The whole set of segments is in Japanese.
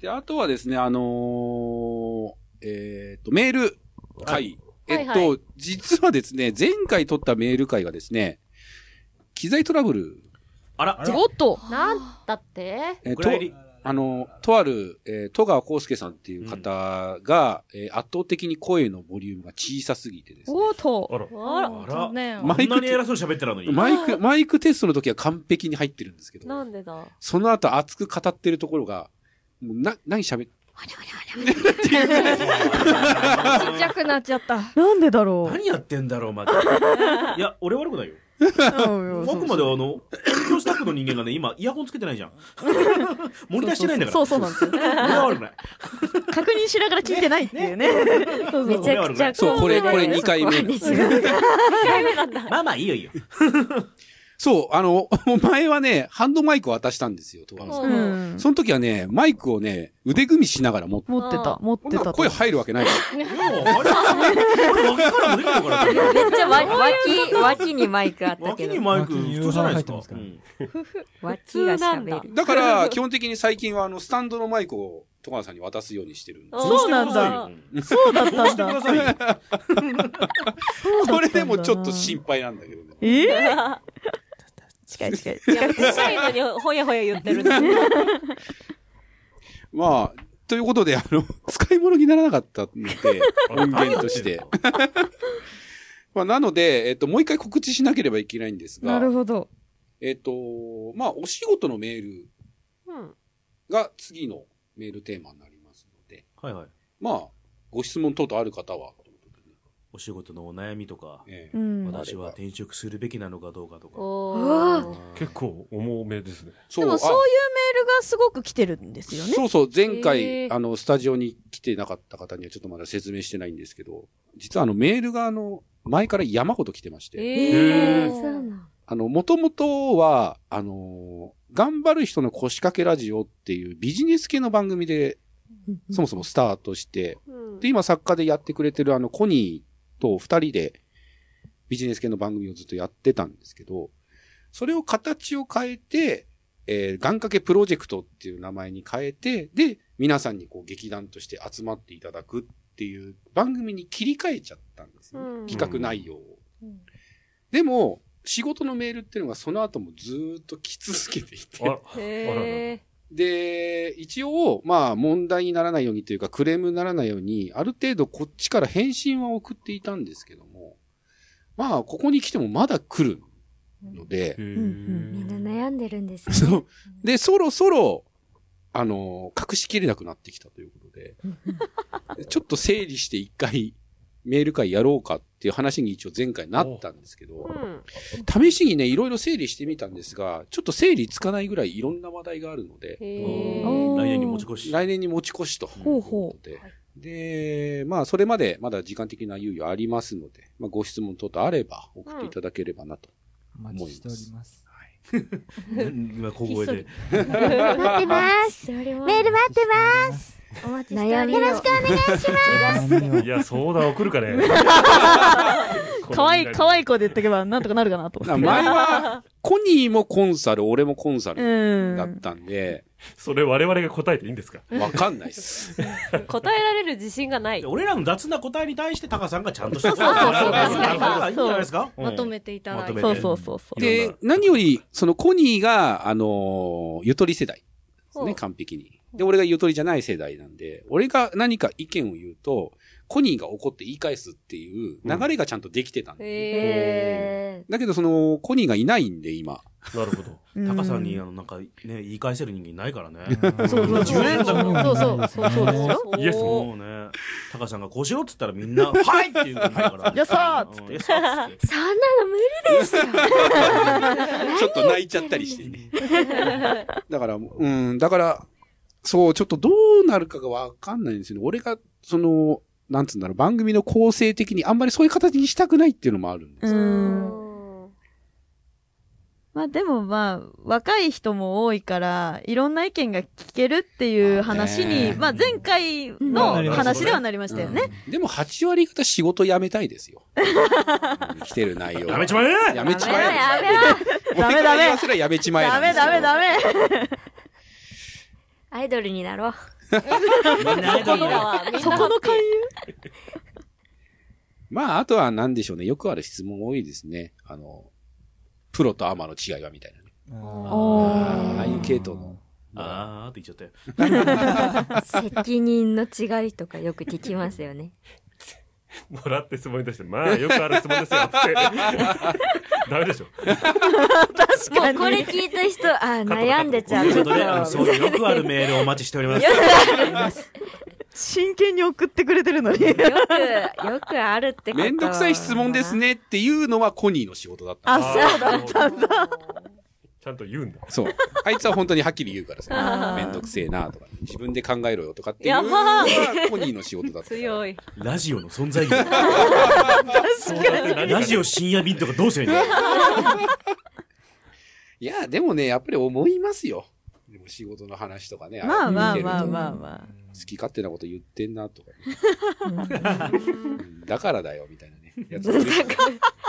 で、あとはですね、あのーえっ、と、メール会。はいえっと、はいは実はですね、前回撮ったメール会がですね、機材トラブル、あら、おっとなんだってえっおと蔵、入り。あの、とある、えー戸川康介さんっていう方が、えー圧倒的に声のボリュームが小さすぎてですね。おっとあら、あらあら残念マこイんクなに偉そうに喋ってたのに。マイク、マイクテストの時は完璧に入ってるんですけど、なんでだその後熱く語ってるところが、もうな、何喋っ ちっちゃくなっちゃったなんでだろ何やってんだろう、また。いや、俺悪くないよ。うあくまであの、音響スタッフの人間がね、今、イヤホンつけてないじゃん。モニターしてないんだから。そうそうなんですよ俺は悪くない。確認しながら聞いてないっていうねそうそめうちゃくちゃそうこれこれ二二回目 回目なんだまあまあいいよいいよ。そう、あの、 前はね、ハンドマイクを渡したんですよ、戸川さん。うんその時はね、マイクをね、腕組みしながら持って、持ってた持ってこんたなとの声入るわけない。いやあれは俺、脇からもできるからね。めっちゃわ脇脇にマイクあった脇けにどマイク、普通じゃないですか。うん脇が喋るだから、基本的に最近はあの、スタンドのマイクを戸川さんに渡すようにしてるんです。そうなんだそうだったんしてくだださいよ。 これでもちょっと心配なんだけどね。えーい 近い近 いやしたいのにほやほや言ってるんだまあ、ということで、あの、 使い物にならなかったので、音源として。 まあ、なので、えっと、もう一回告知しなければいけないんですなが、るほどえっと、まあ、お仕事のメールうんが次のメールテーマになりますので、はいはい。まあ、ご質問等々ある方は、ということでねお仕事のお悩みとか、ええうん私は転職するべきなのかどうかとか。お結構重めですね。そでもそういうあメールがすごく来てるんですよねそうそう、前回、へーあの、スタジオに来てなかった方にはちょっとまだ説明してないんですけど、実はあの、メールがあの、前から山ほど来てまして、えへーそうなんあの、もともとは、あのー頑張る人の腰掛けラジオっていうビジネス系の番組で、そもそもスタートして、うんで、今作家でやってくれてるあの、コニーと二人でビジネス系の番組をずっとやってたんですけど、それを形を変えて、えー、願掛けプロジェクトっていう名前に変えて、で、皆さんにこう劇団として集まっていただくっていう番組に切り替えちゃったんですね。うん企画内容を。うんでも、仕事のメールっていうのがその後もずーっと来続けていてあ。ら、へで、一応、まあ、問題にならないようにというか、クレームにならないように、ある程度こっちから返信は送っていたんですけども、まあ、ここに来てもまだ来るので、みんみんな悩んでるんですね。そう。で、そろそろ、あの、隠しきれなくなってきたということ で、ちょっと整理して一回、メール会やろうかっていう話に一応前回なったんですけどー、うん試しにね、いろいろ整理してみたんですが、ちょっと整理つかないぐらいいろんな話題があるので、へーおー来年に持ち越し。来年に持ち越しと。ほうほということで。で、まあ、それまでまだ時間的な猶予ありますので、まあ、ご質問等々あれば送っていただければなと。お待ちしております。今、小声で。待ってます。それはメール待ってまお待ちしす。てお悩りみますよろしくお願いし悩 いみをや、相談送るかね。可愛い可い。愛い子で言っとけばなんとかなるかなと思なって前は、コニーもコンサル、俺もコンサうルだっんたんで、それ我々が答えていいんですかわかんないっす。答えられる自信がない俺らの雑な答えに対してタカさんがちゃんとした答えそうそうそうを出すからいいんじゃないですかうんまとめていただいて。まとそめうてそうそうそういろんでな、何より、そのコニーが、あのーゆとり世代ですほね、う完璧に。で、俺がゆとりじゃない世代なんで、俺が何か意見を言うと、コニーが怒って言い返すっていう流れがちゃんとできてたんで。へえだけど、その、コニーがいないんで、今。なるほど。うんタカさんに、あの、なんか、ね、言い返せる人間いないからね。そうそうそう10円だもんそうそうそうそうですよ イ エスそうね。タカさんがこうしろっつったらみんな、はいって言うから。いやさーっつってて。いやさーっつって。ます。そんなの無理ですよ。ちょっと泣いちゃったりしてね。だから、うん、だから、そう、ちょっとどうなるかがわかんないんですよね。俺が、その、なんつうんだろう、番組の構成的にあんまりそういう形にしたくないっていうのもあるんです。うんまあでもまあ若い人も多いからいろんな意見が聞けるっていう話まあにねまあ前回うんの話ではなりましたよねうんでも8割方仕事辞めたいですよ。 うん来てる内容。やめちまええやめちまえやめろ。ダメダ俺からメ言わせりゃやめちまえダなんでメすけど。ダメダメアイドルになろう。みんなアイドこルにのなるはみんなそこの勧誘まあ、あとは何でしょうね。よくある質問多いですね。あの、プロとアマの違いはみたいなね。おああいう系統の。あーって言っちゃったよ。責任の違いとかよく聞きますよね。もらって質問に対して、まあ、よくある質問ですよ、つ って。ダメでしょ。もうこれ聞いた人、あー悩んでちゃとう。いうちょこっとであのそういうよくあるメールをお待ちしております。真剣に送ってくれてるのに。とよく、よくあるってことめんどくさい質問です。ねっていうのはコニーの仕事だったあの。そうだったんだ。ちゃんと言うんだ。そう。あいつは本当にはっきり言うからさあ、ーめんどくせえなとか、自分で考えろよとかっていうやばのーはコニーの仕事だったから。強い。ラジオの存在意義。確かに。ラジオ深夜便とかどうすればいいのいや、でもね、やっぱり思いますよ。でも仕事の話とかね。まあれまあ見てるとまあまあま好き勝手なこと言ってんなとか、あ。うんだからだよみたいなね。やつが出てきて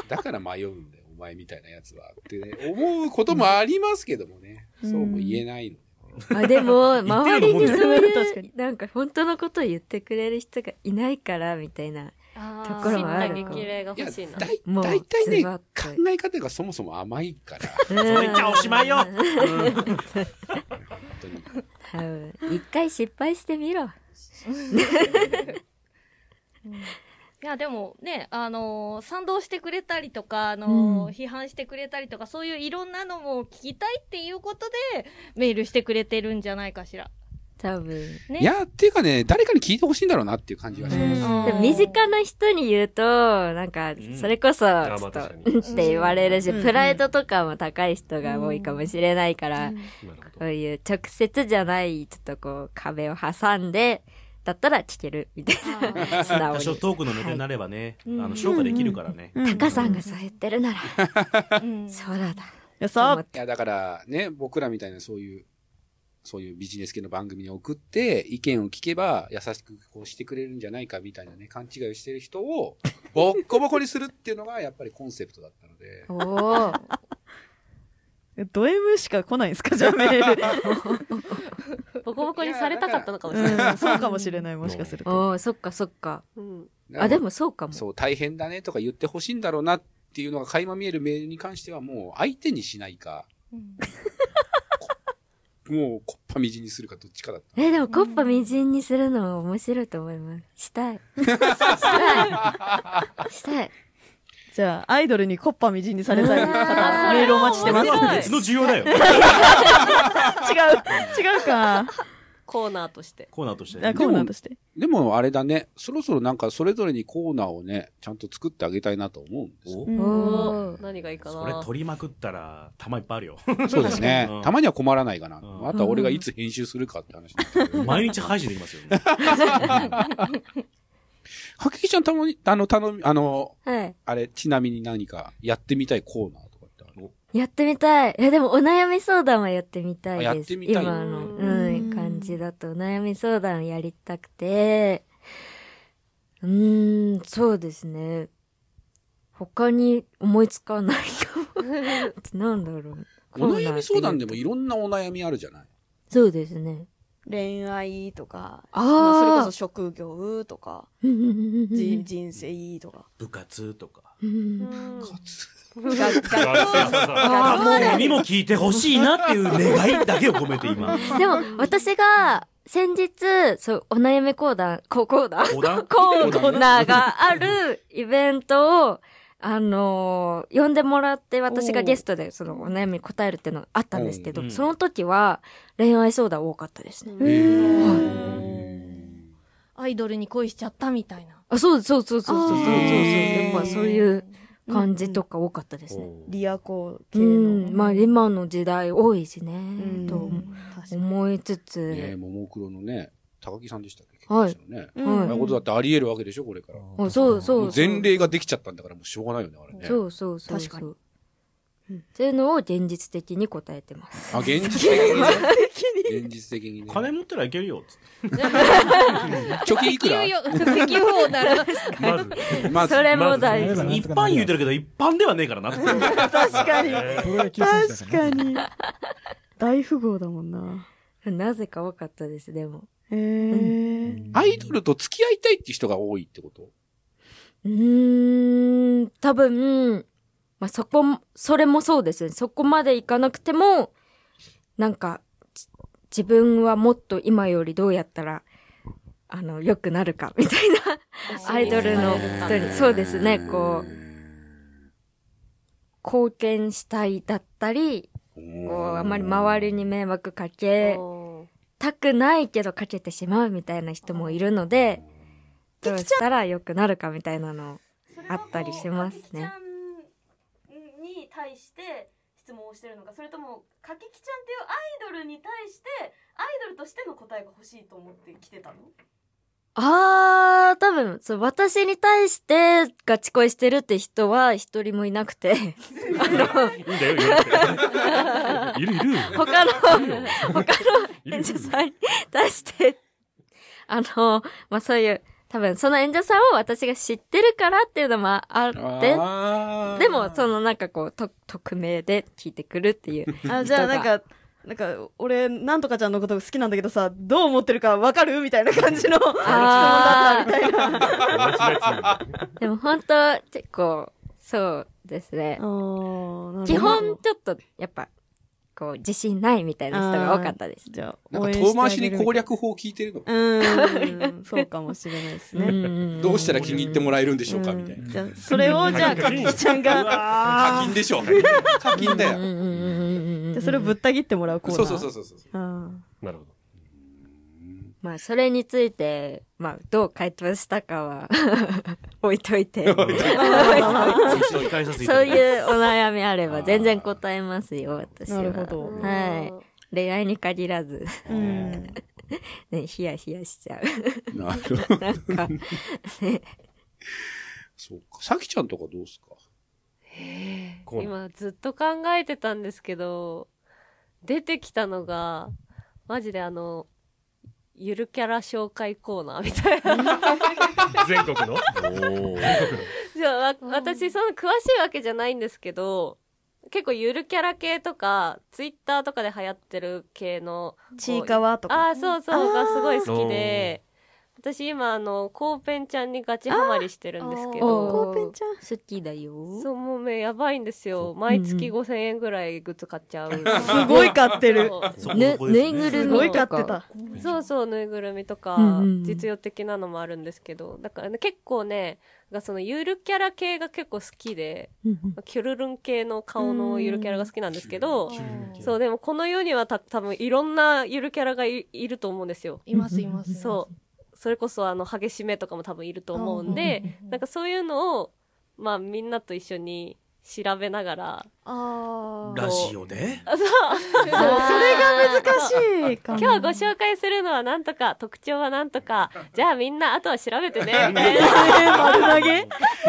だから迷うんだよ、お前みたいなやつは。ってね、思うこともありますけどもね。うんそうも言えないの。 あでも、周りにそう言ってるのもいねう、なんか本当のことを言ってくれる人がいないから、みたいな。あところーはある知った激励がいや、欲しいな。だいもう大体ね、ズバ考ッとえ方がそもそも甘いから、それじゃおしまいよ本当に。一回失敗してみろ。いや、でもね、あのー賛同してくれたりとか、あのーうん批判してくれたりとか、そういういろんなのも聞きたいっていうことで、メールしてくれてるんじゃないかしら。多分。ね。いや、っていうかね、誰かに聞いてほしいんだろうなっていう感じがします。うんでも身近な人に言うと、なんかん、それこそ、ちあょまあっと、確かにうんって言われるし、うんプライドとかも高い人が多いかもしれないから、なるほこういう直接じゃない、ちょっとこう、壁を挟んで、だったら聞ける、みたい な、素直多少に。トークのネタになればね、あいの、消化できるからね。うんタカさんがそう言ってるなら、うんそうだだ。いやさと思っいや、だからね、僕らみたいなそういう、そういうビジネス系の番組に送って、意見を聞けば優しくこうしてくれるんじゃないかみたいなね、勘違いをしてる人を、ボッコボコにするっていうのがやっぱりコンセプトだったので。おー。ド M しか来ないんですかじゃあメー ル。ボコボコにされたかったのかもしれない。うん、そうかもしれない、もしかすると。おー、そっかそっか。うんなあ、んかでもそうかも。そう、大変だねとか言ってほしいんだろうなっていうのが垣間見えるメールに関してはもう相手にしないか、うんもうこ っぱみじんにするかどっちかだった。え、でも、コッパみじんにするのも面白いと思います。 したい。したい。したい。じゃあ、アイドルにコッパみじんにされたい方、メールお待ちしてます。違面白い別の需要だよ。う、違う か。コーナーとして。コーナーとしてね。あコーナーとして。でもあれだね、そろそろなんかそれぞれにコーナーをね、ちゃんと作ってあげたいなと思うんですよ。おうんおー。何がいいかそれな。取りまくったら、玉いっぱいあるよ。そうですねうん。たまには困らないかなう。んあとは俺がいつ編集するかって話になってくるけど。毎日配信できますよね。はききちゃんたまに、あの、頼み、あの、はい。あれ、ちなみに何かやってみたいコーナーとかってあるやってみたい。え、でも、お悩み相談はやってみたいです。あやってみたい今の、ううん、感じだと、お悩み相談やりたくて、うーん、そうですね。他に思いつかないかも。なんだろう。お悩み相談でもいいいろんなお悩みあるじゃないそうですね。恋愛とか、あーまあそれこそ職業とか、うんうんうんうんじ人生とか。部活とか。ううんんど。学生さんだあもうにも聞いてほしいなっていう願いだけを込め て今。でも、私が、先日、そう、お悩み講談、こ、講談講談コーナーがあるイベントを、あのー呼んでもらって、私がゲストで、その、お悩みに答えるっていうのがあったんですけうど、んその時は、恋愛相談多かったですね。へ ーアイドルに恋しちゃったみたいな。あ、そうそうそうそうそうそうそうそう。あーやっぱそういう感じとか多かったですね。おリアコう系の。ん、まあア今の時代多いしね、と思いつねえ、つ、ももクロのね、高木さんでしたっけはい結婚したのね。はああいうことだってあり得るわけでしょ、これから。あそうそうそう。前例ができちゃったんだからもうしょうがないよね、あれね。そうそうそうそう。確かにそういうのを現実的に答えてます。あ、現実的にね。現実的にね。金持ってらいけるよっつって。貯金いく石ら油よ、 石油王なら。まず、まずそれも大事。まずね一般言うてるけど、一般ではねえからなって。 確かに。えープロ野球選手だ確からかね。に。大富豪だもんな。なぜか多かったです、でも。へーアイドルと付き合いたいっていう人が多いってことうーん、多分、まあ、そこも、それもそうですね。そこまでいかなくても、なんか、じ自分はもっと今よりどうやったら、あの、良くなるか、みたいな。アイドルの人に、そうですね、こう、貢献したいだったり、こう、あまり周りに迷惑かけおーたくないけどかけてしまうみたいな人もいるので、どうしたら良くなるかみたいなのを。あったりしますねそれはもうかけきちゃんに対して質問をしてるのか、それともかけきちゃんっていうアイドルに対してアイドルとしての答えが欲しいと思って来てたの？あー、多分、そう、私に対してガチ恋してるって人は一人もいなくて、あの、いいんだよ、いいんだよ。いるいる。 他の、他のいるい演る者さんに対して、あの、まあ、そういう、多分、その演者さんを私が知ってるからっていうのもあって、あーでも、そのなんかこう、と、匿名で聞いてくるっていう。あじゃあなんか、なんか、俺、なんとかちゃんのこと好きなんだけどさ、どう思ってるかわかるみたいな感じの質問だったみたいな。でも本当、結構、そうですね。基本、ちょっと、やっぱ、こう、自信ないみたいな人が多かったです。じゃあ、なん応か援遠回しに攻略。略法を聞いてるの。うーん、そうかもしれないですね。どうしたら気に入ってもらえるんででしょうかみたいな。じゃあ、それを、じゃあ、かきちゃんが、じ課金でしょ 課金だよ。ゃあそれをぶった切ってもらうコーナー。そうそうそうそうそう。あなるほど。まあ、それについて、まあ、どう回答したかは、 置いといて。一回させていた そだうきますいうお悩みあれば、全然答えますよ、私は。なるほどはい。恋愛に限らず、ーうん。ね、ヒヤヒヤしちゃう。な るほど。なんか、そうか。さきちゃんとかどうすかコーナー今ずっと考えてたんですけど、出てきたのが、マジであの、ゆるキャラ紹介コーナーみたいな。全国のじゃあ、わ私、その詳しいわけじゃないんですけど、結構ゆるキャラ系とか、ツイッターとかで流行ってる系の、ちいかわとか。ああ、そうそう、がすごい好きで、私今、あの、コーペンちゃんにガチハマりしてるんですけど、あーコーペンちゃん。好きだよ。そう、もうね、やばいんですよ。毎月5000円ぐらいグッズ買っちゃう。 すごい買ってる。そこぬそこぬですねいぐるすみごい買とってか。た。そうそう、ぬいぐるみとか、うんうん実用的なのもあるんですけど、だから、ね、結構ね、がそのゆるキャラ系が結構好きで、キュルルン系の顔のゆるキャラが好きなんですけど、そう、でもこの世にはた多分いろんなゆるキャラがいいると思うんですよ。いますいます。そう。それこそあの、激しめとかも多分いると思うんで、なんかそういうのを、まあみんなと一緒に調べながら、あラジオでそれが難しいかも。今日ご紹介するのはなんとか、特徴はなんと か、じゃあみんな後は調べて ね、みたいな。 丸投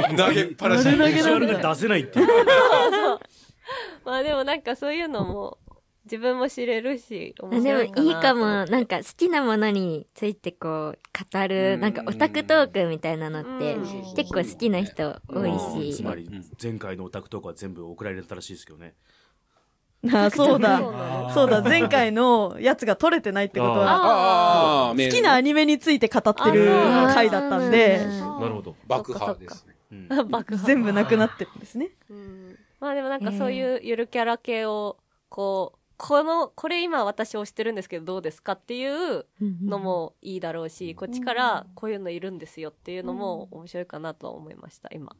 げ投げっぱなし。ビジュアルが出せないっていう。まあでもなんかそういうのも自分も知れるし、面でも白いかなといいかも、なんか好きなものについてこう語る、なんかオタクトークみたいなのってうん結構好きな人多いつし。まり、前回のオタクトークは全部送られたらしいですけどね。あ、そうだ。あーそうだ、前回のやつが取れてないってことは、ああ、好きなアねニメについて語ってるあ回だったんで、なるほど。爆破ですね。うん爆破。全部なくなってるんですね。うんまあでもなんかそういうゆるキャラ系を、こう、この、これ今私推してるんですけどどうですかっていうのもいいだろうし、こっちからこういうのいるんですよっていうのも面白いかなとは思いました、今。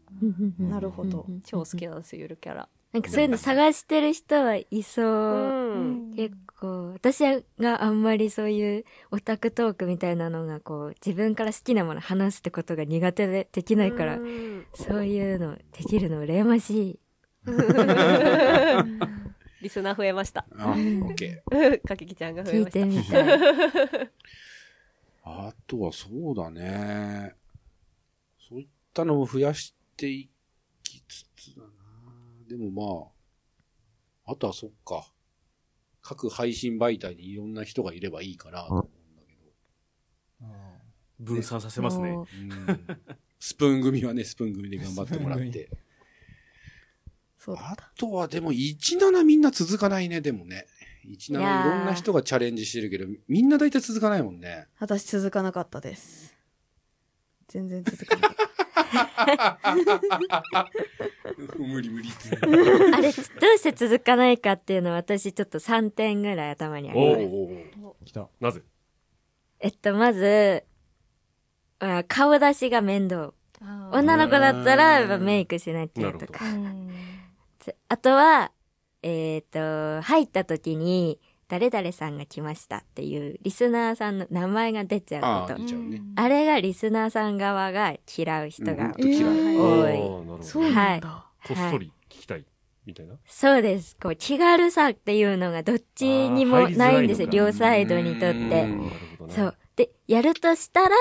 なるほど。超好きなんですよ、ゆるキャラ。なんかそういうの探してる人はいそうう。ん。結構、私があんまりそういうオタクトークみたいなのがこう、自分から好きなもの話すってことが苦手でできないから、うんそういうのできるの羨ましい。 リスナー増えました。あ、オッケー。かけきちゃんが増え聞いましたて。みたい。あとはそうだね。そういったのを増やしていきつつだな。でもまあ、あとはそっか。各配信媒体にいろんな人がいればいいかなと思うんだ分散させますね。けど。うん、スプーン組はね、スプーン組で頑張ってもらっスプて。そうだあとはでも17みんな続かないね、でもね。 17いいやーろんな人がチャレンジしてるけど、みんな大体続かないもんね。私続かなかったです。全然続かなかっ 無理無理。あれ、どうして続かないかっていうのは私ちょっと3点ぐらい頭にあおります。うおうおう来た。なぜえっと、まず、あ顔出しが面倒。女の子だったら、まあメイクしなきゃとか。つあとは、えっ、と、入った時に、誰々さんが来ましたっていう、リスナーさんの名前が出ちゃあうあ、こと出。ちゃうね。あれがリスナーさん側が嫌う人うんがほんと嫌い。ああ、なる多い。ほど。うこなんだっそり聞きたい。みたいな。そうです。こう、気軽さっていうのがどっちにあーも入りづらいのなかいんですよ。両サイドにとっうんてな。るほどねそう。。で、やるとしたら、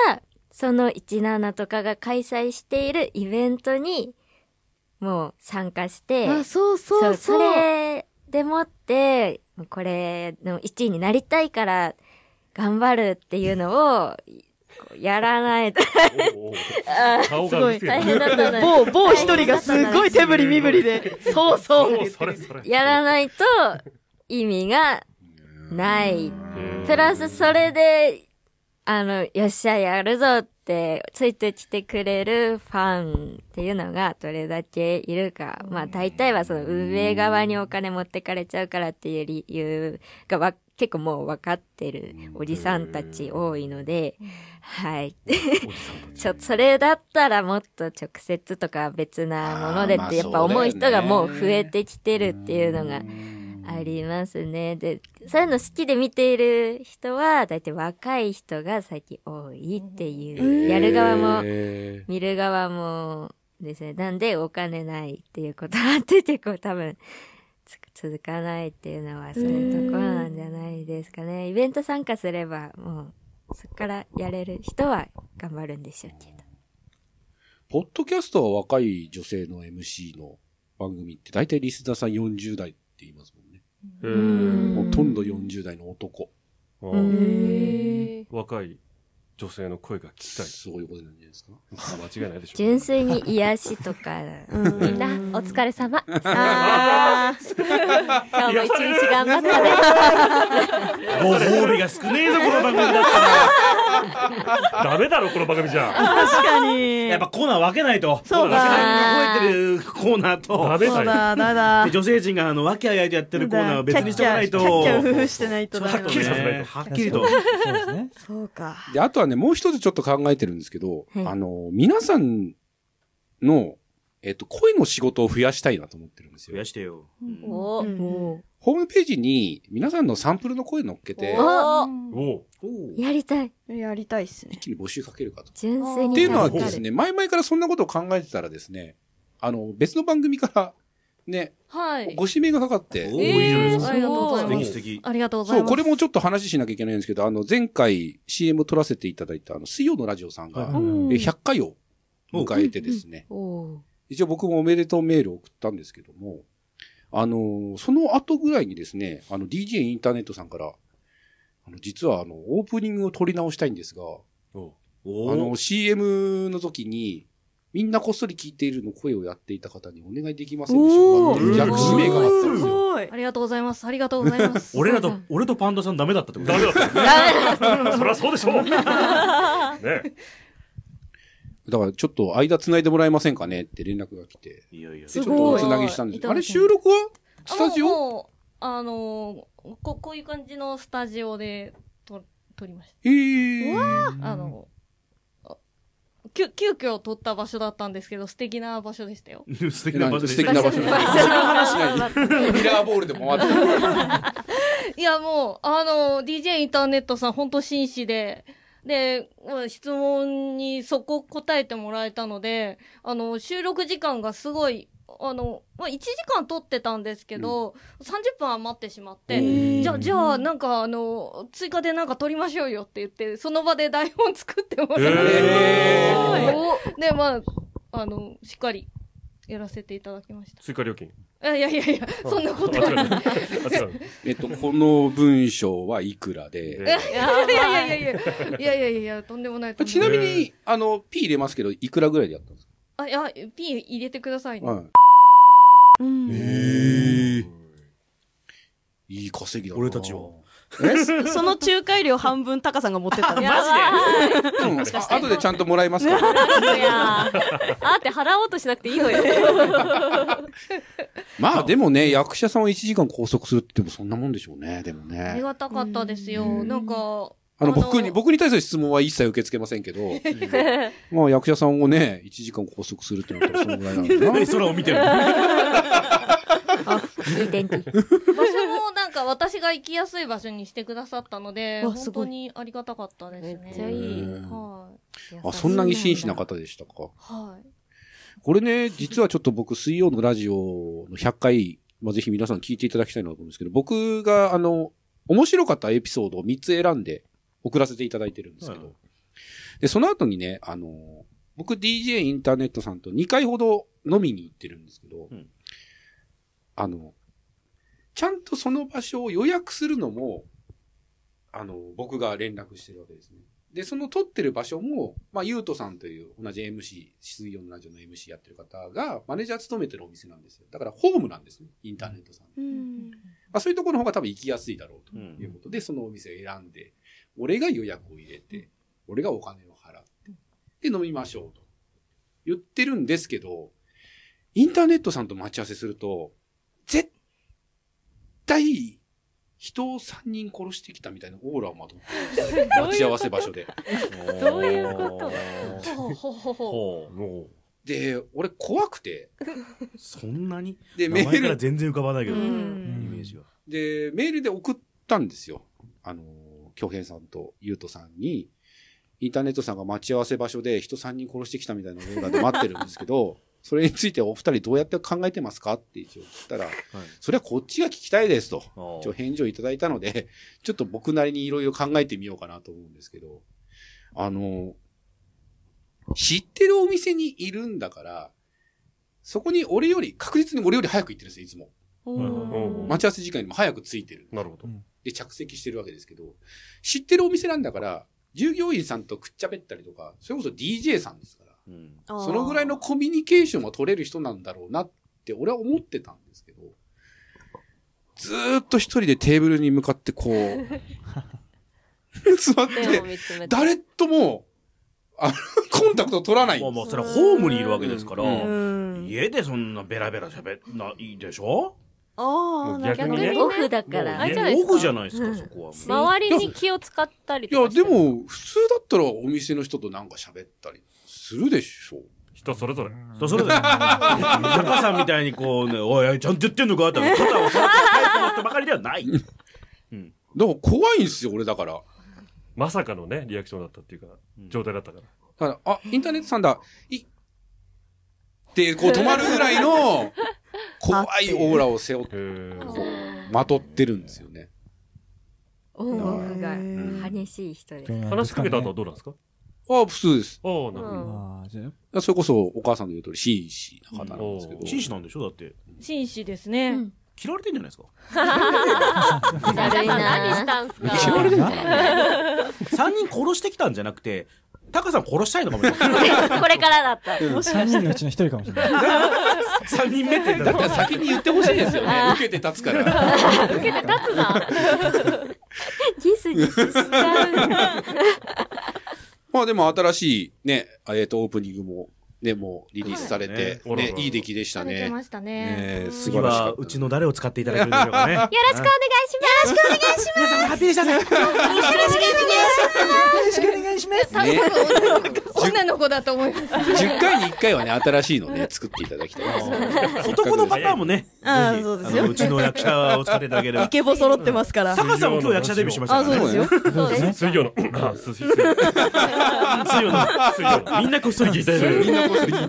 その17とかが開催しているイベントに、もう参加して、た。あ、そうそうそそう。れでもって、もうこれの1位になりたいから、頑張るっていうのを、こうやらないと。 おうおう顔が見 せ大変だったのに某、某一人がすごい手振り身振りで、そうそうって言ってそれる。それ。 やらないと、意味がない。へープラスそれで、あの、よっしゃ、やるぞって、ついてきてくれるファンっていうのがどれだけいるか。まあ大体はその運営側にお金持ってかれちゃうからっていう理由がわ結構もう分かってるおじさんたち多いので、はい。 ちょ、それだったらもっと直接とか別なものでってやっぱ思う人がもう増えてきてるっていうのがありますね。で、そういうの好きで見ている人は、だいたい若い人が最近多いっていう、やる側も、え見る側もですね。なんでお金ないっていうことあって結構多分、つ続かないっていうのはそういうところなんじゃないですかね。イベント参加すれば、もう、そこからやれる人は頑張るんでしょうけど。ーポッドキャストは若い女性の MC の番組って大体リスナーさん40代って言いますもんね。へーほとんど40代の男。あうーへー若い女性の声が聞きたい。そういうことなんじゃないですか。間違いない でしょう。純粋に癒しとか、 みんな、お疲れ様。今あー日も一日頑張ったね。ご褒美が少ねえぞ、この番組だったら。ダメだろ、この番組じゃ。確かに。やっぱコーナー分けないと。そうだ若い人が吠えてるコーダナーと、メそうだよ。だ、だだで。女性陣があの、和気あいあいとやってるコーナーを別にしておかないと。キャッキャはウフフしてないとダメっきりさせないと。はっきりと。確かにそうですね。そうか。で、あとはね、もう一つちょっと考えてるんですけど、はいあの、皆さんの、えっと、声の仕事を増やしたいなと思ってるんです増よや。してよ。おうーんホームページに皆さんのサンプルの声乗っけて、おーおうおうやりたい。やりたいっすね一。気に募集かけるかと。純粋っていにうのは助でかする。ね、前々からそんなことを考えてたらですね、あの、別の番組から、ね、はい。ご指名がかかって、おういいじゃないですか。ありがとうござい素ま敵す。素敵。ありがとうございそう、ます。これもちょっと話しなきゃいけないんですけど、あの、前回 CM を撮らせていただいた、あの、水曜のラジオさんが、はいえはいはい100回を迎えてですね、おー一応僕もおめでとうメールを送ったんですけども、あのーその後ぐらいにですね、あの、DJ インターネットさんから、あの、実はあの、オープニングを撮り直したいんですが、おうおあの、う CM の時に、みんなこっそり聞いているの声をやっていた方にお願いできませんでしょうかっていうおー指名があったんですすよ。ごいあ。りがとうございます。ありがとうございま す。俺らと、俺とパンダさんダメだったってことダメだった。そりゃそうでしょう。ねだからちょっと間繋いでもらえませんかねって連絡が来て、いやいや。でちょすっとごおいつなぎしたんですいただきましたあれ収録はスタジあもうオもうあのーこ、こういう感じのスタジオでと撮りましえー、た。あの、あ急、急遽撮った場所だったんですけど、素敵な場所でしたよ。素敵な場所で素す敵な場所。 ミラーボールで回ってる。いや、もう、あの、DJ インターネットさん、ほんと紳士で、で、うん質問にそこ答えてもらえたので、あの、収録時間がすごい、あの、まあ、1時間撮ってたんですけど、30分余ってしまって、じゃあ、じゃあ、なんか、あの、追加でなんか撮りましょうよって言って、その場で台本作ってもらって、えーはいで、まあ、あの、しっかりやらせていただきまし追加料金。た。いやいやいや、そんなことあは違うない。あ違うえっと、この文章はいくらで。えいやいやいやいやいや、いやいやいや、とんでもない。とんでちもなないみに、あの、P 入れますけど、いくらぐらいでやったんですあ、いや、P 入れてくださいかね。はい。うんーいい稼ぎだな俺たちは。えその仲介料半分タカさんが持ってったの。やばいうんあ後でちゃんともらいますから。いやーあーって払おうとしなくていいのよ。 まあでもね、役者さんを1時間拘束するって言ってもそんなもんでしょうね、でもあねり。がたかったですよ。うんなんか、あの、僕あに、の僕に対する質問は一切受け付けませんけど、まあ役者さんをね、1時間拘束するってなったらそのぐらいなんだ 何な。空を見てるのいい天気。場所もなんか私が行きやすい場所にしてくださったので、わ本す当ごいにありがたかったですね。めっちゃいいうんはい。あ、そんなに真摯な方でしたか。はい。これね、実はちょっと僕、水曜のラジオの100回、まあ、ぜひ皆さん聞いていただきたいなと思うんですけど、僕が、あの、面白かったエピソードを3つ選んで送らせていただいてるんですけど、はいで、その後にね、あの、僕 DJ インターネットさんと2回ほど飲みに行ってるんですけど、うんあの、ちゃんとその場所を予約するのも、あの、僕が連絡してるわけですね。で、その撮ってる場所も、まあ、ゆうとさんという同じ MC、水曜のラジオの MC やってる方が、マネージャー務めてるお店なんですよ。だから、ホームなんですね、インターネットさん。うんまあ、そういうところの方が多分行きやすいだろうとうんいうことで、そのお店を選んで、俺が予約を入れて、俺がお金を払って、で、飲みましょうと言ってるんですけど、インターネットさんと待ち合わせすると、絶対、人を3人殺してきたみたいなオーラをまとって 待ち合わせ場所で。どういうことほうほうほうほう。ほうもで、俺怖くて、うそんなにで、メ名前ーからル、全然浮かばないけど、うイんメージは。で、メールで送ったんですよ。あの、京平さんとゆうとさんに、インターネットさんが待ち合わせ場所で人3人殺してきたみたいなオーダーで待ってるんですけど、 それについてお二人どうやって考えてますかって一応聞いたら、それはこっちが聞きたいですと。あ一応返事をいただいたので、 ちょっと僕なりにいろいろ考えてみようかなと思うんですけど、あの、知ってるお店にいるんだから、そこに俺より、確実に俺より早く行ってるんですよ、いつも。うん待ち合わせ時間よりも早く着いてる。なるほど。で、着席してるわけですけど、知ってるお店なんだから、従業員さんとくっちゃべったりとか、それこそ DJ さんですから、うんそのぐらいのコミュニケーションは取れる人なんだろうなって俺は思ってたんですけど、ずーっと一人でテーブルに向かってこう、 座っ目をて、見つめて。誰とも、あの、コンタクト取らないんまあですまよ。あ、それはホームにいるわけですから、うんうん家でそんなベラベラ喋んないでしょああ、なる逆にね逆にオフだかもうら。あれねじゃないですかオフじゃないですか、そこはもう。周りに気を使ったりいとや、かしてでる。も、普通だったらお店の人となんか喋ったりするでしょう。人それぞれ。そうそれで、高さんみたいにこうね、おいおい、ちゃんと言ってんのかって、肩を張ってばかりではない。だから怖いんですよ、俺だから。まさかのね、リアクションだったっていうか、状態だったから。だから、あ、インターネットさんだ、いって、こう止まるぐらいの、怖いオーラを背負って、へーこう、まとってるんですよね。オンオフうがん激しい人です。話しかけた後はと。どうなんですかああ、普通です。ああ、なるほど。ああ、じゃあ、それこそ、お母さんの言う通り、紳士な方なんですけど。うん紳士なんでしょだって。紳士ですね。うん切られてんじゃないですか誰ださいん何したんすか嫌われてるのかな ?3 人殺してきたんじゃなくて、高さん殺したいのかもしれない。これからだった。 3人のうちの一人かもしれない。 3人目って言っただからら。先に言ってほしいですよね。受けて立つ から。受けて立つな。ギスギスしちゃう。まあでも新しいね、えっと、オープニングも、ね、もうリリースされて、はいね、いい出来でした食べてね。まねしたね。え素次晴らしかはっ、た。うちの誰を使っていただけるでしょうかね。よろしくお願いします。よろしくお願いします。皆さんもハッピーでしたね。多分、ね女の子だと思います。 10回に1回はね、新しいのね、作っていただきたい ですね。男のパターンもね、あーぜひそうですよあのうちの役者を使っていただければイ。ケボ揃ってますから。高さんも今日役者デビューしましたあかそうでらね。すよ。そうです。水曜の、あ、す水曜水曜の水曜 のみんなこっそり聞い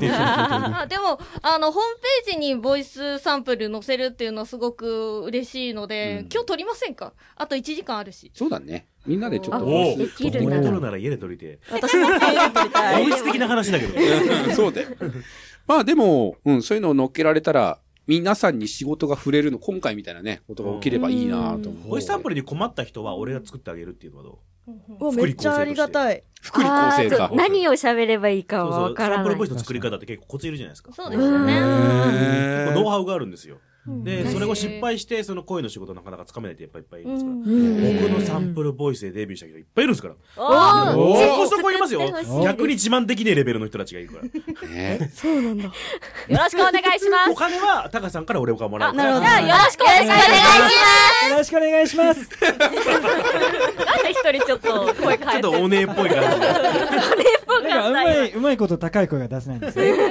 てる。あでも、あの、ホームページにボイスサンプル載せるっていうのはすごく嬉しいので、うん今日撮りませんかあと1時間あるし。そうだね。みんなでちょっとおボイースでき撮るならる。なら家で撮りて。私も経営取りたい本。質的な話だけど。うんそうだよ。まあでも、うん、そういうのを乗っけられたら、皆さんに仕事が触れるの、今回みたいなね、ことが起きればいいなと思う。ボイスサンプル。ルに困った人は俺が作ってあげるっていうのはどうわめっちゃありがたい。福利厚生あーかそう。何を喋ればいいかうはそうわそう。かサらンプなルいボイ。スの作り方って結構コツいるじゃないですか。そうですよね。結構ノウハウがあるんですよ。でうんそれを失敗してその声の仕事なかなかつかめないってやっぱいっぱいいますかうら、うんん僕のサンプルボイスでデビューした人いっぱいいるんですからあそおこそこいますよ作ってほしい逆に自慢できねえレベルの人たちがいるからねそうなんだ。ーよろしくお願いしまお金はタカさんから俺がもらうあなるほどす。よろしくお願いします。よろしくお願いします。なんで一人ちょっと声ちょ変っえとて。おねえっぽい感じでなぽんかうまい、うまいこと高い声が出せないんですよ。だか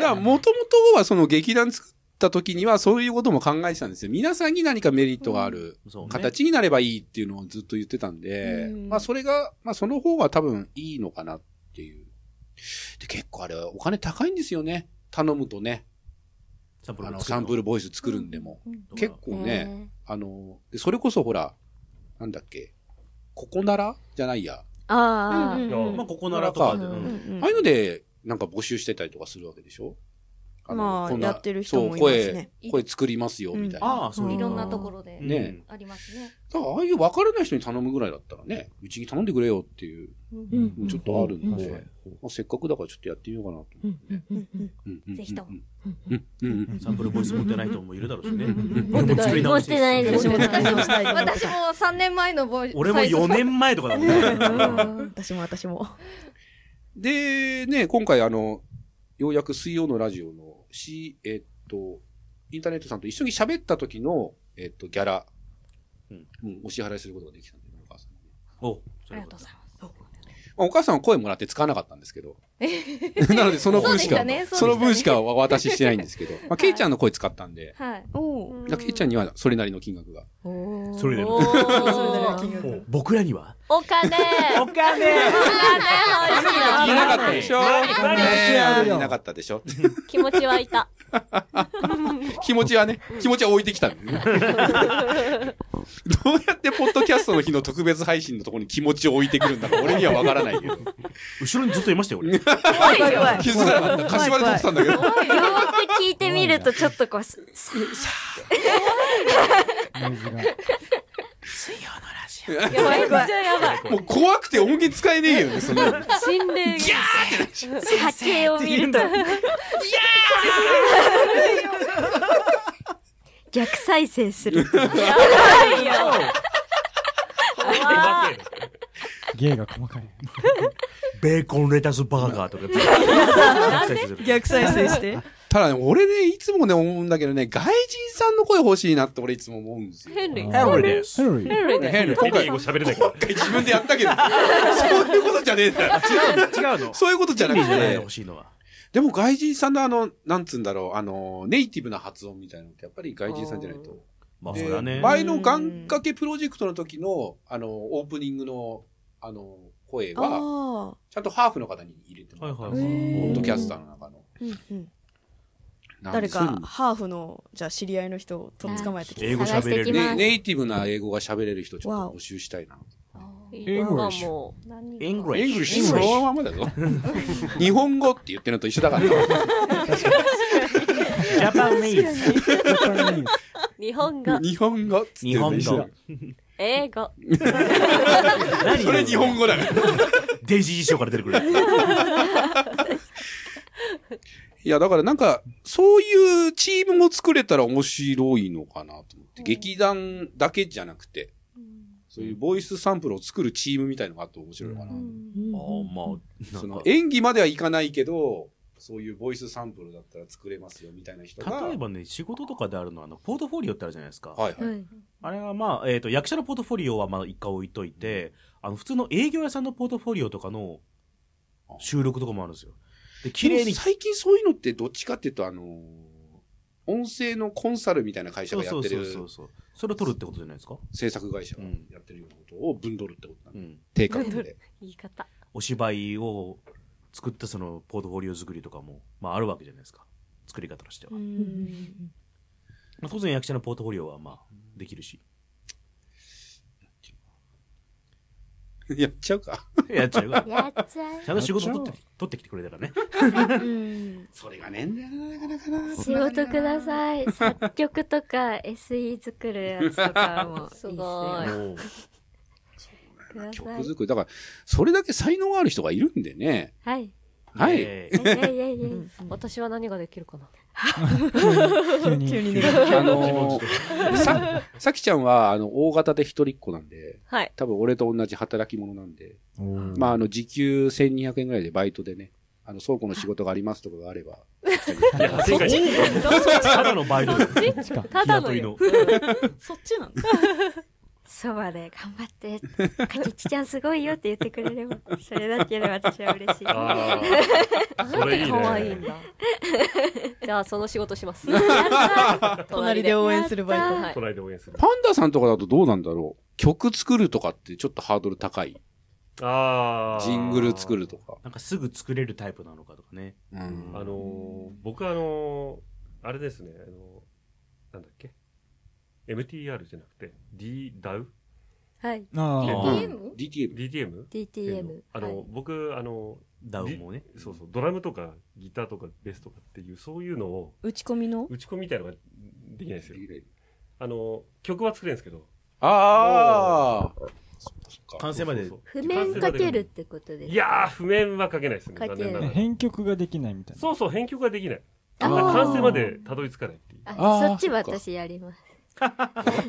ら、もともとはその劇団作った時にはそういうことも考えてたんですよ。皆さんに何かメリットがあるそうね形になればいいっていうのをずっと言ってたんで、うんまあそれが、まあその方が多分いいのかなっていう。で、結構あれはお金高いんですよね。頼むとね、サンプあルのをサ作ンるプルボイス作るんでも。とか結構ね、あの、でそれこそほら、なんだっけ、ここならじゃないや。あうあんうんまあここならとかで、ううんんああいうので、なんか募集してたりとかするわけでしょあのまあこんなやってる人もいますねそう声、声作りますよ、みたいな。ああそうういいうろのんなところでねえありますね。だからああいう分からない人に頼むぐらいだったらね、うちに頼んでくれよっていう、うんちょっとあるんで、うんまあ、せっかくだからちょっとやってみようかなうと思んうんうんうんって。ぜひともうん。うんうんうんサンプルボイス持ってない人もいるだろうしね持って俺も作持り直っしててないで私すも使い直したいと思って私も3年前のボイ俺も4年前とかだもんね私も私も。で、ね、今回あの、ようやく水曜のラジオの、し、えっと、インターネットさんと一緒に喋った時の、えっと、ギャラ、うんうん、お支払いすることができたんで、お母さんに。おあそりがれはとうございます。まあお母さんは声もらって使わなかったんです けど。なので、その分しそか、うでしたねその分しそうかお渡ししてないんですけど、まあ、ケイちゃんの声使ったんで、はい。おだからケイちゃんにはそれなりの金額が。おーそれでおーそれなりの金額もう僕らにはお金。お金。お金欲しいな。いなかったでしょねいえやいなかったでしょ気持ちはいた。気持ちはね、気持ちは置いてきたのねどうやってポッドキャストの日の特別配信のところに気持ちを置いてくるんだか俺にはわからないけど。後ろにずっといましたよ俺怖い怖い。気づかなかった。柏で撮ってたんだけど。よーく聞いてみるとちょっとこうすすノイズが。めっちゃやばい。もう怖くて音源使えねえよね、その。心霊現象。波形を見ると逆再生するやばいよ。怖い芸が細かい。ベーコンレタスバーガーとかやってる逆再生して。ただね、俺ね、いつもね、思うんだけどね、外人さんの声欲しいなって俺いつも思うんですよ。ヘンリー。ヘンリーですヘロリー。ヘンリーねで。ヘンリー、今リ回、リー今語喋れないから。回自分でやったけど、そういうことじゃねえんだよ。違うの違うのそういうことじゃなヘンリくーじゃないのて欲、しいのはでも外人さんのあの、なんつうんだろう、あの、ネイティブな発音みたいなのって、やっぱり外人さんじゃないと。まあでそれはね前の願掛けプロジェクトの時の、あの、オープニングの、あの、声は、ああ。ちゃんとハーフの方に入れてもらったんですよ。はいはいポはいッドキャスターの中の。うんうんなん誰でか、ハーフの、じゃあ知り合いの人をとっ捕まえてきて。英語探し喋てれきるねますネイティブな英語が喋れる人ちょっと募集したいな。英語がもう。イングイリンッグリッシシュュそのままだぞ。日本語って言ってるのと一緒だから ね。ジャパニーズやっぱり日本語。日本語っつってるのと一緒だ英語。何それ日本語だから。デイジー衣装から出てくるいや、だからなんか、そういうチームも作れたら面白いのかなと思って。劇団だけじゃなくて、そういうボイスサンプルを作るチームみたいのがあって面白いのかな。ああまあそなんのか演技まではいかないけど、そういうボイスサンプルだったら作れますよみたいな人が。例えばね仕事とかであるのはあのポートフォリオってあるじゃないですかはいはい。はいあれはまあ、えっ、と、役者のポートフォリオはまあ一回置いといて、あの、普通の営業屋さんのポートフォリオとかの収録とかもあるんですよ。で、綺麗でにも、最近そういうのってどっちかっていうと、あのー音声のコンサルみたいな会社そうがやそっうてそうるそうそう。それを撮るってことじゃないですか制作会社がうんやってるようなことを分取るってことなんうで、ん。定価で。言い方。お芝居を作ったそのポートフォリオ作りとかも、まああるわけじゃないですか。作り方としては。うんまあ、当然役者のポートフォリオはまあ、できるし。 やっちゃうか。やっちゃうわ。やっちゃうちゃんと仕事を取って、取ってきてくれたらね。それがねえんだよな、なかなかな。仕事くださ い作曲とか SE 作るやつとかもいいですすよごいもうくださ曲い 作り。だから、それだけ才能がある人がいるんでね。はいはいイエーイいやいやいやいや。私は何ができるかな。急に。急にねね。あのー、さ、さきちゃんは、あの、大型で一人っ子なんで、はい。多分俺と同じ働き者なんで、まあ、あの、時給1200円ぐらいでバイトでね、あの、倉庫の仕事がありますとかがあれば、いや、正解ただのバイトだよあ、近ただの日よ雇いそっちなんだ。そばで頑張って、かきちちゃんすごいよって言ってくれれば、それだけで私は嬉しい。ああ、そなんれいいでね。可愛いんだ。じゃあ、その仕事します。隣で応援するバイト。はい。隣で応援する。パンダさんとかだとどうなんだろう曲作るとかってちょっとハードル高い。ああ。ジングル作ると。か。なんかすぐ作れるタイプなのかとかね。うんあのー、僕あのー、あれですね、あのー、なんだっけ ?MTR じゃなくて、DDAW? はい。あうん DM？ DTM? DTM? DTM。あはいの、僕、あの、ダウンもね。そうそう、ドラムとかギターとかベースとかっていう、そういうのを打ち込みの打ち込みみたいなのができないんですよ。あの、曲は作れるんですけど。ああ。完成までそうそ譜う面かけるってことです。いやー、譜面は書けないですね、書けな残い念ながら。編曲ができないみたいな。そうそう、編曲ができない。あだからー完成までたどり着かないっていう。ああーそっちは私やります。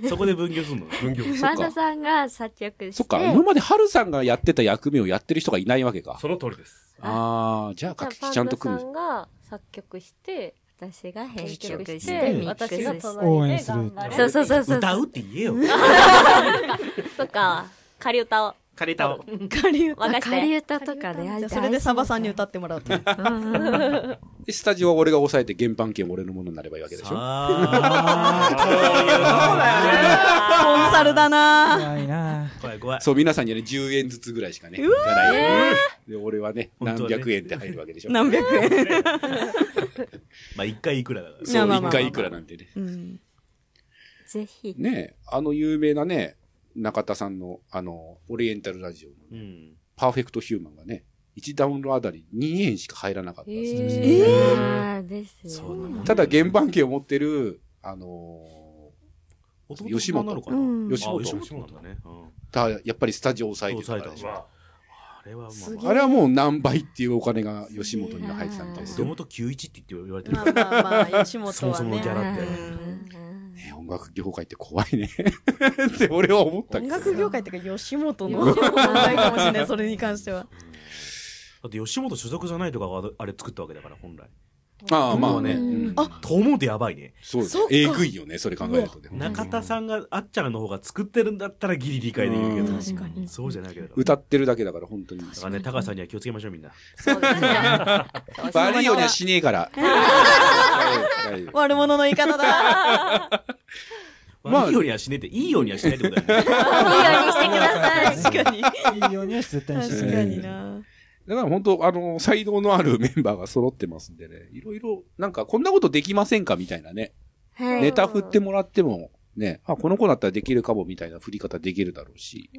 そこで分業するの。分業 そっパかンダさんが作曲して。そっか、今までハルさんがやってた役目をやってる人がいないわけか。その通りです。ああ、じゃじゃあ、かあきパちゃンんダとさ組む。んが作曲して、私が編編曲曲し、しててミックス私がして。応隣援でする頑張れそうそうそうそう。歌うって言えよ。とか、仮歌を借りたを。仮歌。任せ仮て。歌とかね。それでサバさんに歌っってもらうと。た。うんうんうんでスタジオは俺が抑えて原版権俺のものになればいいわけでしょあコンサルだな怖いなー怖い怖い。そう、皆さんにはね、10円ずつぐらいしかね、いかない。で、俺はね、本当何はね百円って入るわけでしょ。何百円。まあ一回いくらだから。そう、まあまあまあま一あ回いくらなんてね。うん。ぜひ。ねえ、あの有名なね、中田さんの、あの、オリエンタルラジオのうん。パーフェクトヒューマンがね、1ダウンロードあたり2円しか入らなかったんですよええああ、ですよ。そうなの。ただ原版権を持ってる、あの弟吉本なのかうんな。吉本あ吉本なんだね。うんーたやっぱりスタジオを抑えてたからでし抑えょ。たあれはまあすまげあえ。あれはもう何倍っていうお金が吉本には入ってたみたいで子すよ供。と91って言って言われてるま。あまあまあ、吉本そもはそものねギャ。ラって。ね音楽業界って怖いね。 って俺は思った音けど。楽業界っていうか、吉本の問題かもしれない、それに関しては。だって吉本所属じゃないとかがあれ作ったわけだから、本来。ああ、まあね。うんうんあと思うとやばいね。そうですそっかえぐいよね、それ考えるとね。中田さんがあっちゃんの方が作ってるんだったらギリ理解できるけうど。ん確かにそうじゃないけど。歌ってるだけだから、本当に。だからね、高橋さんには気をつけましょう、みんな。そうですね。悪いようにはしねえから。はいはい悪者の言い方だ。まあ悪いようにはしねえって、いいようにはしないってことだよよね。うにしてくださ確い。かに。いいようには絶対にし確かにな。だから本当、あの、才能のあるメンバーが揃ってますんでね、いろいろ、なんか、こんなことできませんかみたいなね。はいネタ振ってもらっても、ね、あ、この子だったらできるかもみたいな振り方できるだろうし。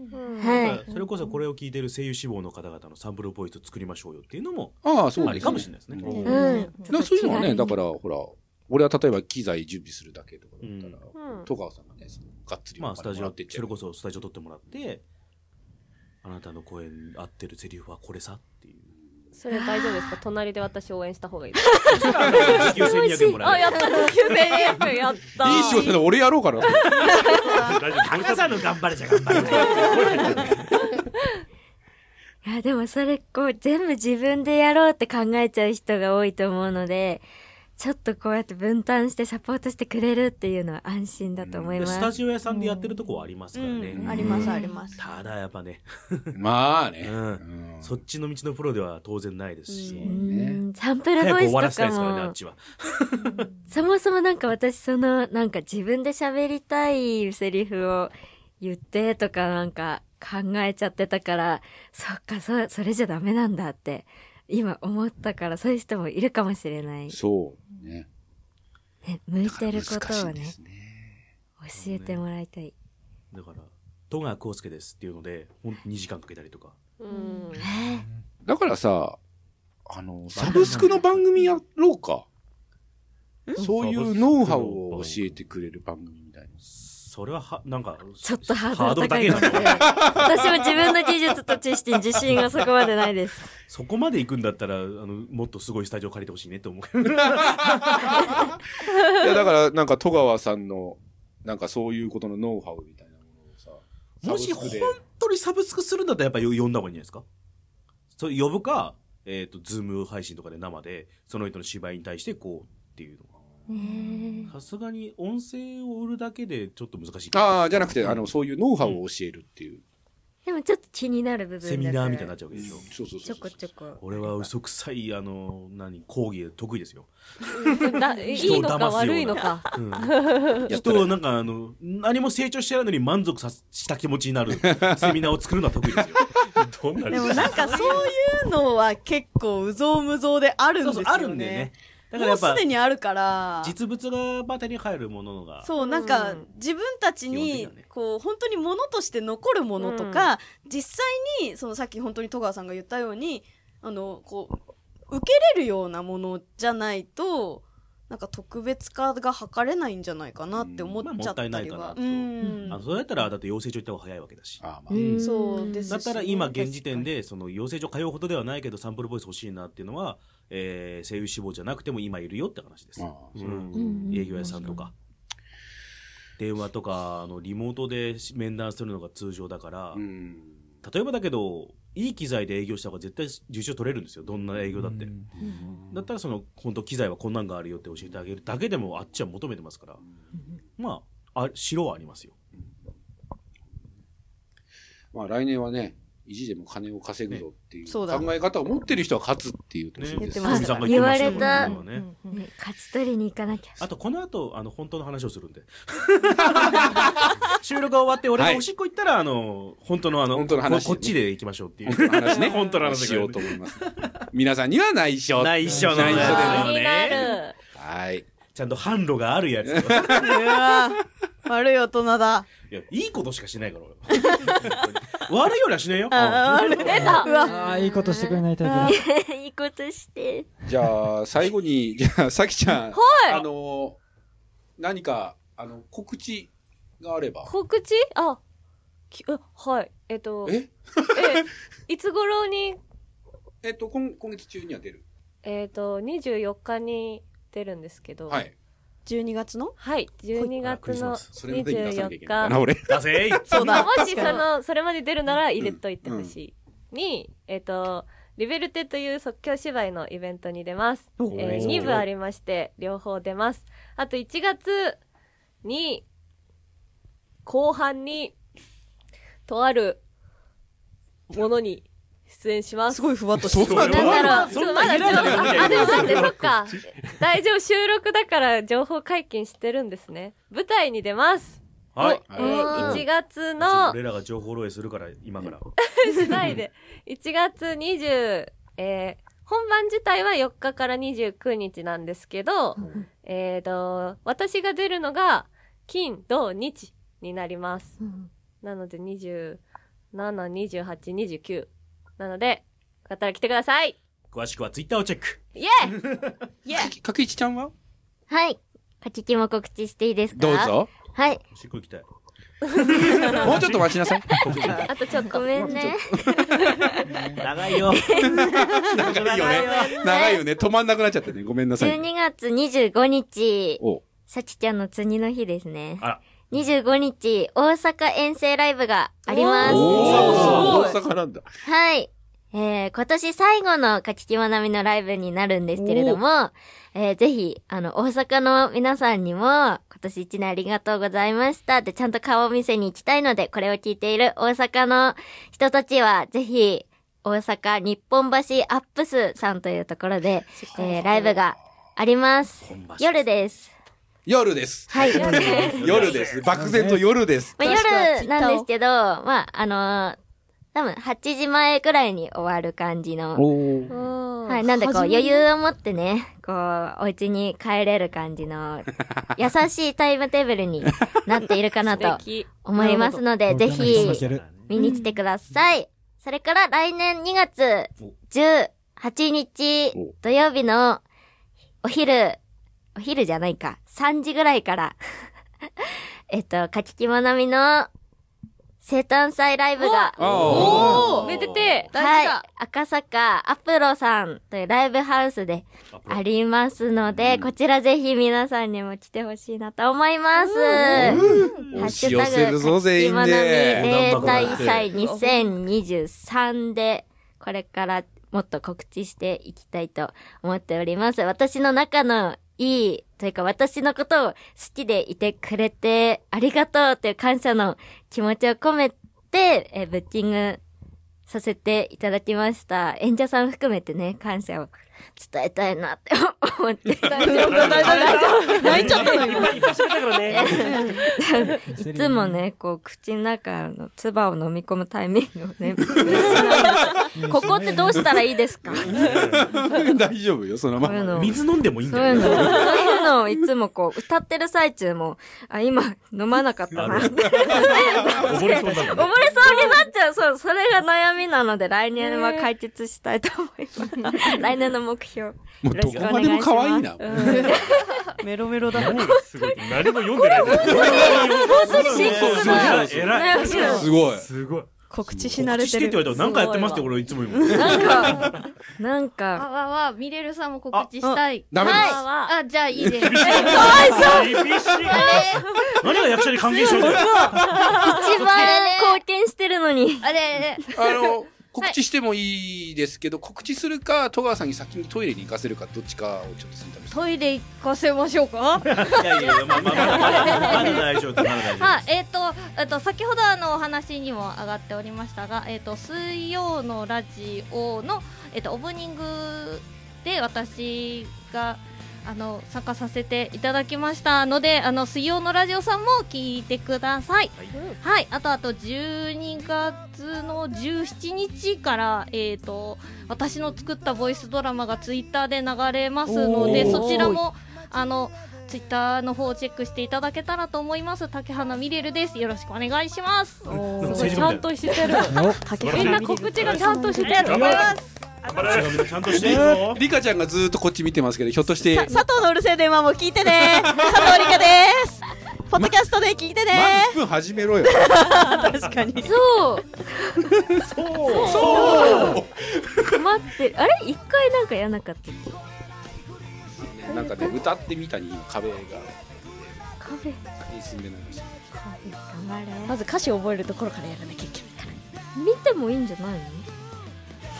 はい。それこそこれを聞いてる声優志望の方々のサンプルボイス作りましょうよっていうのも、ああ、そうありかもしれないですねうんうだかん。らそういうのはね、だから、ほら、俺は例えば機材準備するだけとかだったら、うん戸川さんがね、そのがっつりまあ、スタジオ、っそてっちゃれうこそスタジオ撮ってもらって、あなたの声に合ってるセリフはこれさっていう。それ大丈夫ですか隣で私応援した方がいいです。時給1200円もらあ、えやっる。た !9200 円やったいい仕事だ、俺やろ うかな。大丈夫。高さんの頑張れじゃ頑張れない。いや、でもそれ、こう、全部自分でやろうって考えちゃう人が多いと思うので、ちょっとこうやって分担してサポートしてくれるっていうのは安心だと思いでます。スタジオ屋さんでやってるとこはありますからね。うんあります、あります。ただやっぱね、まあね。ううんそっちの道のプロでは当然ないですし、ううんサンプル早ボくイ終わらスせとたいかですからね、あっも、ちは。そもそもなんか私その、なんか自分で喋りたいセリフを言ってとかなんか考えちゃってたから、そっか、そ、それじゃダメなんだって、今思ったから、そういう人もいるかもしれない。そうね。ね、向いてることを難しいでね、すね。教えてもらいたい。だから、戸川康介ですっていうので、ほんと2時間かけたりとか。うん。だからさ、あの、サブスクの番組やろうか。そういうノウハウを教えてくれる番組みたいな。それはは、なんか、ちょっとハードル高いハのでードル高えな。私は自分の技術と知識に自信がそこまでないです。そこまで行くんだったら、あの、もっとすごいスタジオ借りてほしいねって思う。いや、だから、なんか戸川さんの、なんかそういうことのノウハウみたいなものをさ、もしサブ本スクで当にサブスクするんだったらやっぱ呼んだ方がいいんじゃないですかそれ呼ぶか、えっ、と、ズーム配信とかで生で、その人の芝居に対してこうっていうのが。さすがに音声を売るだけでちょっと難しい。ああ、じゃなくて、あの、そういうノウハウを教えるっていう。でもちょっと気になる部分だセミナーみたいになっちゃちゃうわけでしょ。そうそうちそょう。こちょこ。俺は嘘くさい、あの、何、講義得意で すよ。だいいのか悪いのか。うんやった人をなんかあの、何も成長してないのに満足さした気持ちに なるセミナーを作るのは得意ですよ。どんなでもになんかそういうのは結構うぞうむぞうであるんそですよ、うそうね。、あるんでね。だかもらやうっすぱで、にあるから。実物がまたに入るもののが。そう、なんうかん、自分たち基に本的にはね、こう、本当に物として残るものとか、実際に、そのさっき本当に戸川さんが言ったように、あの、こう、受けれるようなものじゃないと、なんか特別化が図れないんじゃないかなって思っちゃったりは。ううんんあ。それだったら、だって養成所行った方が早いわけだし。ああ、まあう。んそうですしだったら今現時点で、その養成所通うほどではないけど、サンプルボイス欲しいなっていうのは、えー声優志望じゃなくても今いるよって話です。まあううんん営業屋さんとか。電話とか、あの、リモートで面談するのが通常だから、うん。例えばだけど、いい機材で営業した方が絶対受注取れるんですよ。どんな営業だって。うんだったらその、本当機材はこんなんがあるよって教えてあげるだけでもあっちは求めてますから。まあ、あ、白はありますよ。まあ来年はね、意地でも金を稼ぐぞっていうね考そうだえ方を持ってる人は勝つっていう年ねです言ってました久々言わ言れってましたた、よね僕はね勝ち取りに行かなきゃ。あと、この後、あの、本当の話をするんで。 収録が終わって、俺がおしっこ行ったら、あの、本当のあの、本当の話ここっちで行きましょうっていう。 本当の話ね 本当の話しようと思います。皆さんには内緒。内緒の内緒でやねつ気になる。はい。ちゃんと販路があるやつ。 いうわー悪い大人だ。や、いいことしかしないから、俺 悪いよりはしないよ。あうん悪い。 うわああ、いいことしてくれないタイプだ。いいことして。じゃあ、最後に、 じゃあ、さきちゃん。はいあの、何か、あの、告知があれば。告知あ、きあはい。えっと、ええいつ頃に、えっと、今今月中には出る。えっと、24日に出るんですけど、はい。 12月のはい。12月のあクリスマスそれの時に出さなきゃいけない24んだな、俺。だぜいそうだ。もしその、それまで出るなら入れといてほしい。に、えっ、と、リベルテという即興芝居のイベントに出ます。えおーー、2部ありまして、両方出ます。あと1月に、後半に、とあるものに出演します。すごいふわっとしてなる。んだろうそんな入れられるわけないあ、でも待って、そっか。大丈夫、収録だから情報解禁してるんですね。舞台に出ます。はい。えー、1月の、俺らが情報漏洩するから、今から。しない で。1月20、えー本番自体は4日から29日なんですけど、えっ、と、私が出るのが、金、土、日になります。なので、27、28、29。なので、よかったら来てください詳しくはツイッターをチェック。イエーかけいちちゃんははい。かききも告知していいですかどう。ぞ。はい。おしっこ行きたい。もうちょっと待ちなさい。あとちょっと。ごめんね。長いよ。長いよね。長いよね。止まんなくなっちゃってね。ごめんなさい。 12月25日、おさきちゃんの次の日ですね。あら。 25日、大阪遠征ライブがあります。おー大阪なんだ。はい。えー、今年最後のかききまなみのライブになるんですけれども、えー、ぜひ、あの、大阪の皆さんにも、今年一年ありがとうございましたって、ちゃんと顔を見せに行きたいので、これを聞いている大阪の人たちは、ぜひ、大阪日本橋アップスさんというところで、えー、ライブがあります本場。所夜です。夜です。はい。夜です。漠然と夜です。まあ、夜なんですけど、まあ、あのー多分8時前くらいに終わる感じの。おーははい、い。なんでこう初め余裕を持ってね、こう、お家に帰れる感 じの、優しいタイムテーブルになっているかな素 と敵。思いますので、東京ぜの人もいひける見に来てください。それから来年2月18日お土曜日のお昼、お昼じゃないか、3時ぐらいから、 えっと、かききまなみの生誕祭ライブが、ああ。おめでては大い事だ。赤坂アプロさんというライブハウスでありますので、こちらぜひ皆さんにも来てほしいなと思います。ハッ押シしュ寄タグ、せるぞ、全員まなみで。例大祭2023で、これからもっと告知していきたいと思っております。私の中のいい、というか私のことを好きでいてくれてありがとうという感謝の気持ちを込めて、えーブッキングさせていただきました。演者さん含めてね、感謝を伝えたいなって思って。大丈夫大丈夫泣いちゃったのいよっ。ぱいいっぱい喋ったからね。いつもね、こう、口の中の唾を飲み込むタイミングを ね、ここってどうしたらいいですかそ 大丈夫よ、そのまういうま。のを。水飲んでもいいんそうだいうよの、ねそういうのをいつもこう、歌ってる最中も、あ、今、飲まなかったな。あ溺れるそうにな溺れそうだもんねっちゃう。そう、それが悩みなので、来年は解決したいと思い ます。来年の目標。もうどこまでも可愛いな。メロメロだ。脳がすごい。何も読んでない。本当に深そう刻そうな偉い。悩みなのすごい。すごい。告知し慣告れ知しててってる。言われたら何かやってますって俺いつも言うもん。なんか、なんあか、わわ、ミレルさんも告知したい。ダメです。はあ、じゃあいい です。厳しい。何が役者に関係しようだよ。一番貢献してるのに。 あれれ、 あの、告知してもいいですけど、告知するか、戸川さんに先にトイレに行かせるか、どっちかをちょっと選択して。トイレ行かせましょうかいやいやいや、まあまあまあ、まだまだ大丈夫だ、まだ大丈夫。はい、えっ、と、えっと、先ほどあのお話にも上がっておりましたが、えっ、と、水曜のラジオの、えっ、と、オープニングで私が、あの、参加させていただきましたので、あの、水曜のラジオさんも聞いてください。はい、あとあと12月の17日から、えっ、と、私の作ったボイスドラマがツイッターで流れますのおで、ーそちらも、あの、ツイッターの方をチェックしていただけたらと思います。竹花みれるです。よろしくお願いします。おなーんかすごい政治みちたゃいんなとしてるのみんな告知がちゃんとしてるありがとうございます。手紙もちゃんとしていいぞ。リカちゃんがずーっとこっち見てますけど、ひょっとして、さ佐藤のうるせえ電話も聞いて ね。佐藤理香です。ポッドキャストで聞いてまね。ずスプーン始めろよ。確かに。そう。そ困ってあれ一回なんかやんなかったっけうなんかね、歌ってみたに今壁がカフェ先に進んでないらしい。カフェ頑張まず歌詞を覚えるところからやらなきゃいけないれ見てもいいんじゃないのか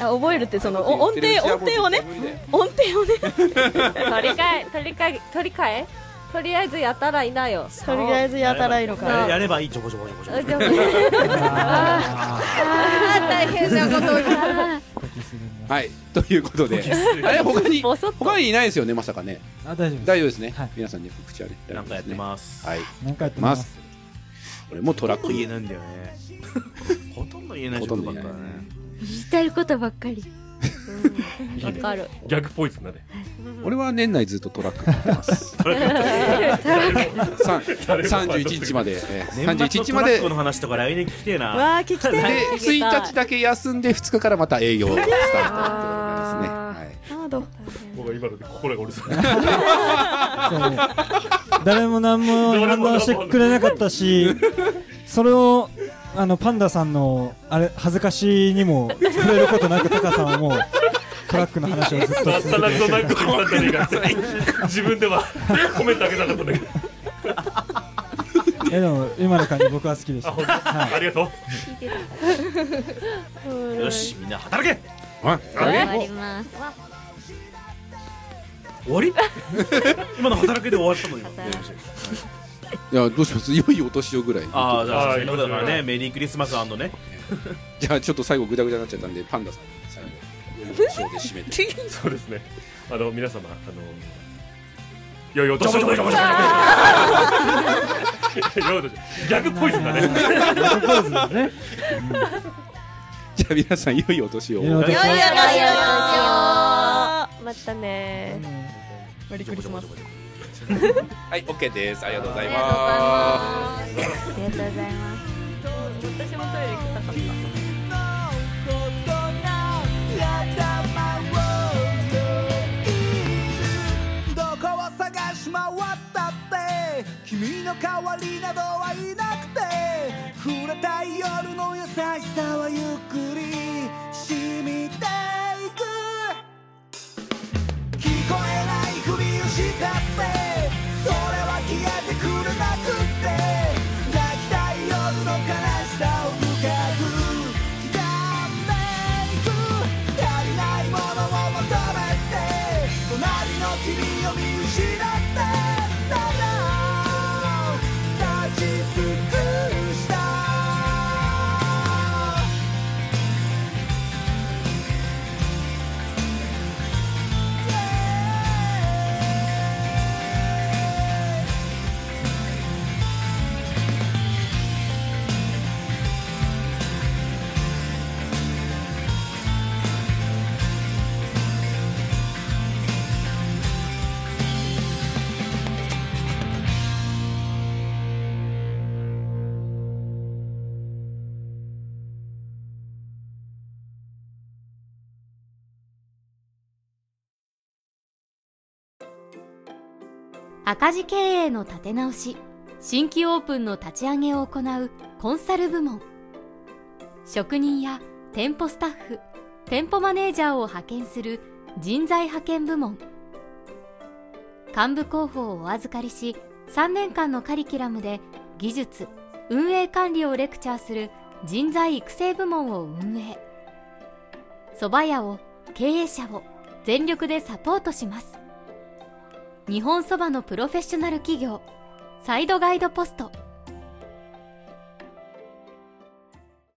ら。あ、覚えるってそのお音程音程をね。無理だよ。音程をね。取り替え取り替え取り替えとりあえずやたらいなよとりあえずやたらいいのかやな。やればいい、ちょこちょこちょこちょ こ。でもあー、大変なこと に。はい。ということで、あれ、他に、ボソッと他にいないですよね、まさかね。あ、大丈夫で大丈夫ですねはい。皆さんね、告知はね。大丈な夫んでかやっすてねます。はい。す。なんかやってます。俺もトラほッとんどク言えないんだよ ね。ほとんど言えないことばっかだね。言いたいことばっかりわか る逆ポイズンだね。俺は年内ずっとトラックやってます。 三31日まで、えー年末31のト日まラでックの話とか来年聞きてえな。わあ、聞き たい。で1日だけ休んで2日からまた営業スタートということですね。ハード。僕は今ので心が折れそう。そう誰も何も反応してくれなかったし、それを、あの、パンダさんの、あれ、恥ずかしにも触れることなく、タカさんはもう、トラックの話をずっと続さっけてさらましたとなんか言ったんじゃねえかって。自分では褒めてあげなかったんだけど。えでも、今の感じ僕は好きでした。あ、本当。ありがとう。よし、みんな働けはい。終わります終わり 今の働けで終わったの今。いや、どうします良いお年をぐらい。 ああ、じゃあ、あーそういうことだからいいね、こメリークリスマスね。じゃあちょっと最後ぐだぐだになっちゃったんで、パンダさん、最後、 ショーで締めて。そうですね。あの皆様あの良 いお年を。良いお年を逆ポイズンだプね。ロポーズだね。じゃあ皆さん、良いお年を。良いお年をよいよいよまたねメリークリスマス。はい、OK です。ありがとうございありがとうございます。あます。りがとうございます私もトイレ行きたかったどこを探し回ったって君の代わりなどは君を見失ったただ立ち尽くした赤字経営の立て直し新規オープンの立ち上げを行うコンサル部門職人や店舗スタッフ店舗マネージャーを派遣する人材派遣部門幹部候補をお預かりし3年間のカリキュラムで技術運営管理をレクチャーする人材育成部門を運営蕎麦屋を経営者を全力でサポートします日本そばのプロフェッショナル企業サイドガイドポスト